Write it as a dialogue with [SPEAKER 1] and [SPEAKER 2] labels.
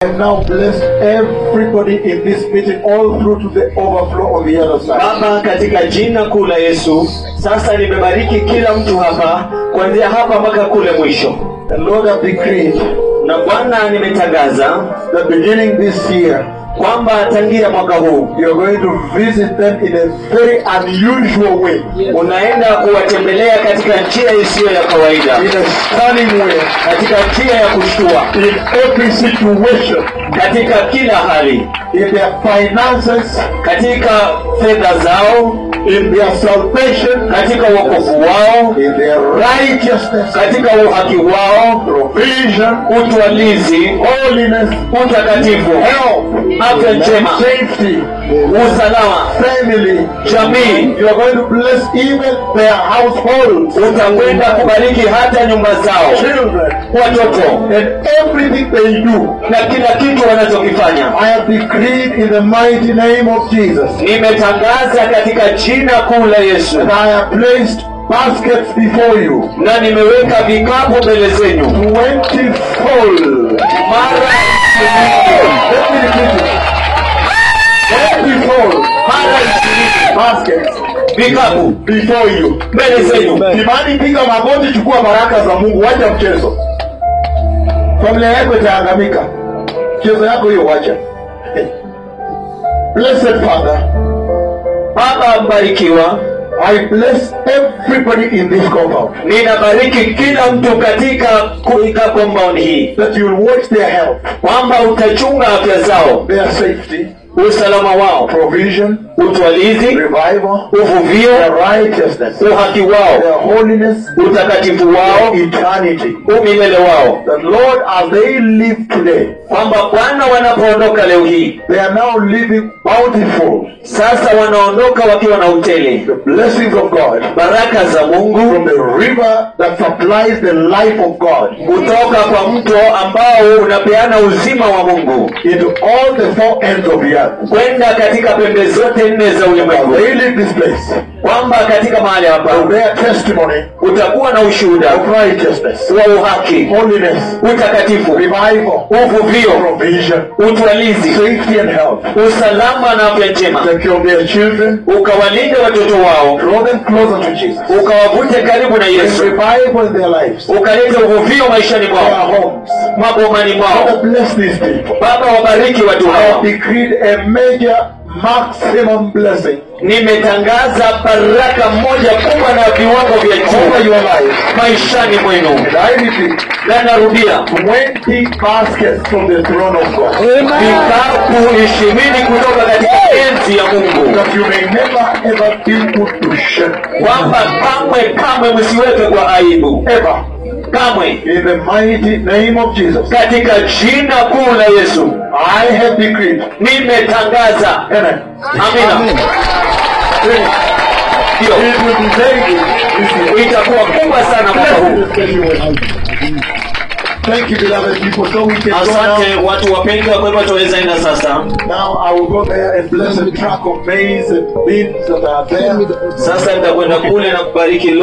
[SPEAKER 1] I now bless everybody in this meeting all through to the overflow on the other side.
[SPEAKER 2] Baba, katika jina kuu la Yesu, sasa nimebariki kila mtu hapa, kuanzia hapa mpaka kule mwisho.
[SPEAKER 1] The Lord have decreed
[SPEAKER 2] Na Bwana nimetangaza
[SPEAKER 1] that beginning this year,
[SPEAKER 2] kwamba tangia mwaka huu
[SPEAKER 1] you're going to visit them in a very unusual way,
[SPEAKER 2] unaenda kuwatembelea katika njia isiyo ya kawaida,
[SPEAKER 1] in a stunning way,
[SPEAKER 2] katika njia ya kushtua,
[SPEAKER 1] in every situation,
[SPEAKER 2] katika kila hali,
[SPEAKER 1] in their finances,
[SPEAKER 2] katika fedha zao,
[SPEAKER 1] in their salvation,
[SPEAKER 2] katika wokovu wao,
[SPEAKER 1] in their righteousness,
[SPEAKER 2] katika uhaki wao,
[SPEAKER 1] provision,
[SPEAKER 2] utwalizi,
[SPEAKER 1] holiness,
[SPEAKER 2] utakatifu, afya njema,
[SPEAKER 1] safety,
[SPEAKER 2] usalama,
[SPEAKER 1] family,
[SPEAKER 2] jamii.
[SPEAKER 1] You are going to bless even their households,
[SPEAKER 2] Utakwenda kubariki hata nyumba zao,
[SPEAKER 1] children,
[SPEAKER 2] watoto
[SPEAKER 1] and everything they do.
[SPEAKER 2] na kila kitu wanachokifanya.
[SPEAKER 1] I have decreed in the mighty name of Jesus.
[SPEAKER 2] Nimetangaza katika jina kuu la Yesu,
[SPEAKER 1] And I have placed baskets before you,
[SPEAKER 2] na nimeweka vikapu mbele zenu
[SPEAKER 1] twentyfold.
[SPEAKER 2] mara
[SPEAKER 1] Let me repeat it. Twentyfold
[SPEAKER 2] mara ishirini
[SPEAKER 1] baskets
[SPEAKER 2] vikapu
[SPEAKER 1] before you.
[SPEAKER 2] mbele zenu.
[SPEAKER 1] Imani, piga magoti, chukua baraka za Mungu, wacha mchezo. Familia yako itaangamika, mchezo yako hiyo wacha. Blessed Father,
[SPEAKER 2] Baba mbarikiwa,
[SPEAKER 1] I bless everybody in this compound
[SPEAKER 2] ninabariki kila mtu katika kuika compound hii,
[SPEAKER 1] that you will watch their health,
[SPEAKER 2] kwamba utachunga afya zao,
[SPEAKER 1] their safety,
[SPEAKER 2] usalama wao,
[SPEAKER 1] provision,
[SPEAKER 2] utwalizi,
[SPEAKER 1] revival, their
[SPEAKER 2] uvuvio,
[SPEAKER 1] righteousness,
[SPEAKER 2] uhaki wao,
[SPEAKER 1] their holiness,
[SPEAKER 2] utakatifu wao,
[SPEAKER 1] eternity.
[SPEAKER 2] umilele wao,
[SPEAKER 1] That Lord, as they live today,
[SPEAKER 2] kwamba Bwana wanapoondoka leo hii,
[SPEAKER 1] they are now living bountiful.
[SPEAKER 2] sasa wanaondoka wakiwa na utele
[SPEAKER 1] The blessings of God
[SPEAKER 2] baraka za
[SPEAKER 1] from
[SPEAKER 2] Mungu
[SPEAKER 1] the river that supplies the life of God
[SPEAKER 2] kutoka kwa mto ambao unapeana uzima wa Mungu
[SPEAKER 1] into all the four ends of the earth.
[SPEAKER 2] kwenda katika pembe zote nne za
[SPEAKER 1] As
[SPEAKER 2] ulimwengu,
[SPEAKER 1] they leave this place,
[SPEAKER 2] kwamba katika mahali
[SPEAKER 1] through
[SPEAKER 2] hapa
[SPEAKER 1] their testimony
[SPEAKER 2] utakuwa na ushuhuda
[SPEAKER 1] of righteousness,
[SPEAKER 2] wa uhaki,
[SPEAKER 1] holiness,
[SPEAKER 2] utakatifu,
[SPEAKER 1] revival,
[SPEAKER 2] uvuvio,
[SPEAKER 1] provision,
[SPEAKER 2] utwalizi,
[SPEAKER 1] safety and health.
[SPEAKER 2] usalama na afya njema,
[SPEAKER 1] Take care of their children,
[SPEAKER 2] ukawalinde watoto wao,
[SPEAKER 1] draw them closer to Jesus.
[SPEAKER 2] ukawavute karibu na
[SPEAKER 1] There's
[SPEAKER 2] Yesu,
[SPEAKER 1] revival in their lives,
[SPEAKER 2] ukalete uvuvio maishani
[SPEAKER 1] their
[SPEAKER 2] mwao,
[SPEAKER 1] homes.
[SPEAKER 2] mabomani mwao.
[SPEAKER 1] Father, bless these people.
[SPEAKER 2] Baba, wabariki watu
[SPEAKER 1] I have
[SPEAKER 2] hawa.
[SPEAKER 1] decreed a major maximum blessing
[SPEAKER 2] Nimetangaza baraka moja kubwa na viwango vya
[SPEAKER 1] over
[SPEAKER 2] juu
[SPEAKER 1] your life.
[SPEAKER 2] maishani mwenu,
[SPEAKER 1] And I repeat,
[SPEAKER 2] na narudia
[SPEAKER 1] 20 baskets from the throne of God
[SPEAKER 2] vikapu ishirini kutoka katika enzi ya Mungu,
[SPEAKER 1] that you may never ever be put to shame
[SPEAKER 2] kwamba kamwe kamwe msiweke kwa aibu,
[SPEAKER 1] ever
[SPEAKER 2] kamwe
[SPEAKER 1] in the mighty name of Jesus.
[SPEAKER 2] katika jina kuu la Yesu
[SPEAKER 1] I have decreed.
[SPEAKER 2] nimetangaza.
[SPEAKER 1] Amen.
[SPEAKER 2] Amina, ndio
[SPEAKER 1] It will be very good this year.
[SPEAKER 2] itakuwa kubwa sana mwaka huu.
[SPEAKER 1] Thank you, beloved people. So we can go now.
[SPEAKER 2] Asante watu wapendwa, kwa hivyo tuweza enda sasa.
[SPEAKER 1] Now I will go there and bless the track of maize and beans that are there.
[SPEAKER 2] Sasa nitakwenda kule na kubariki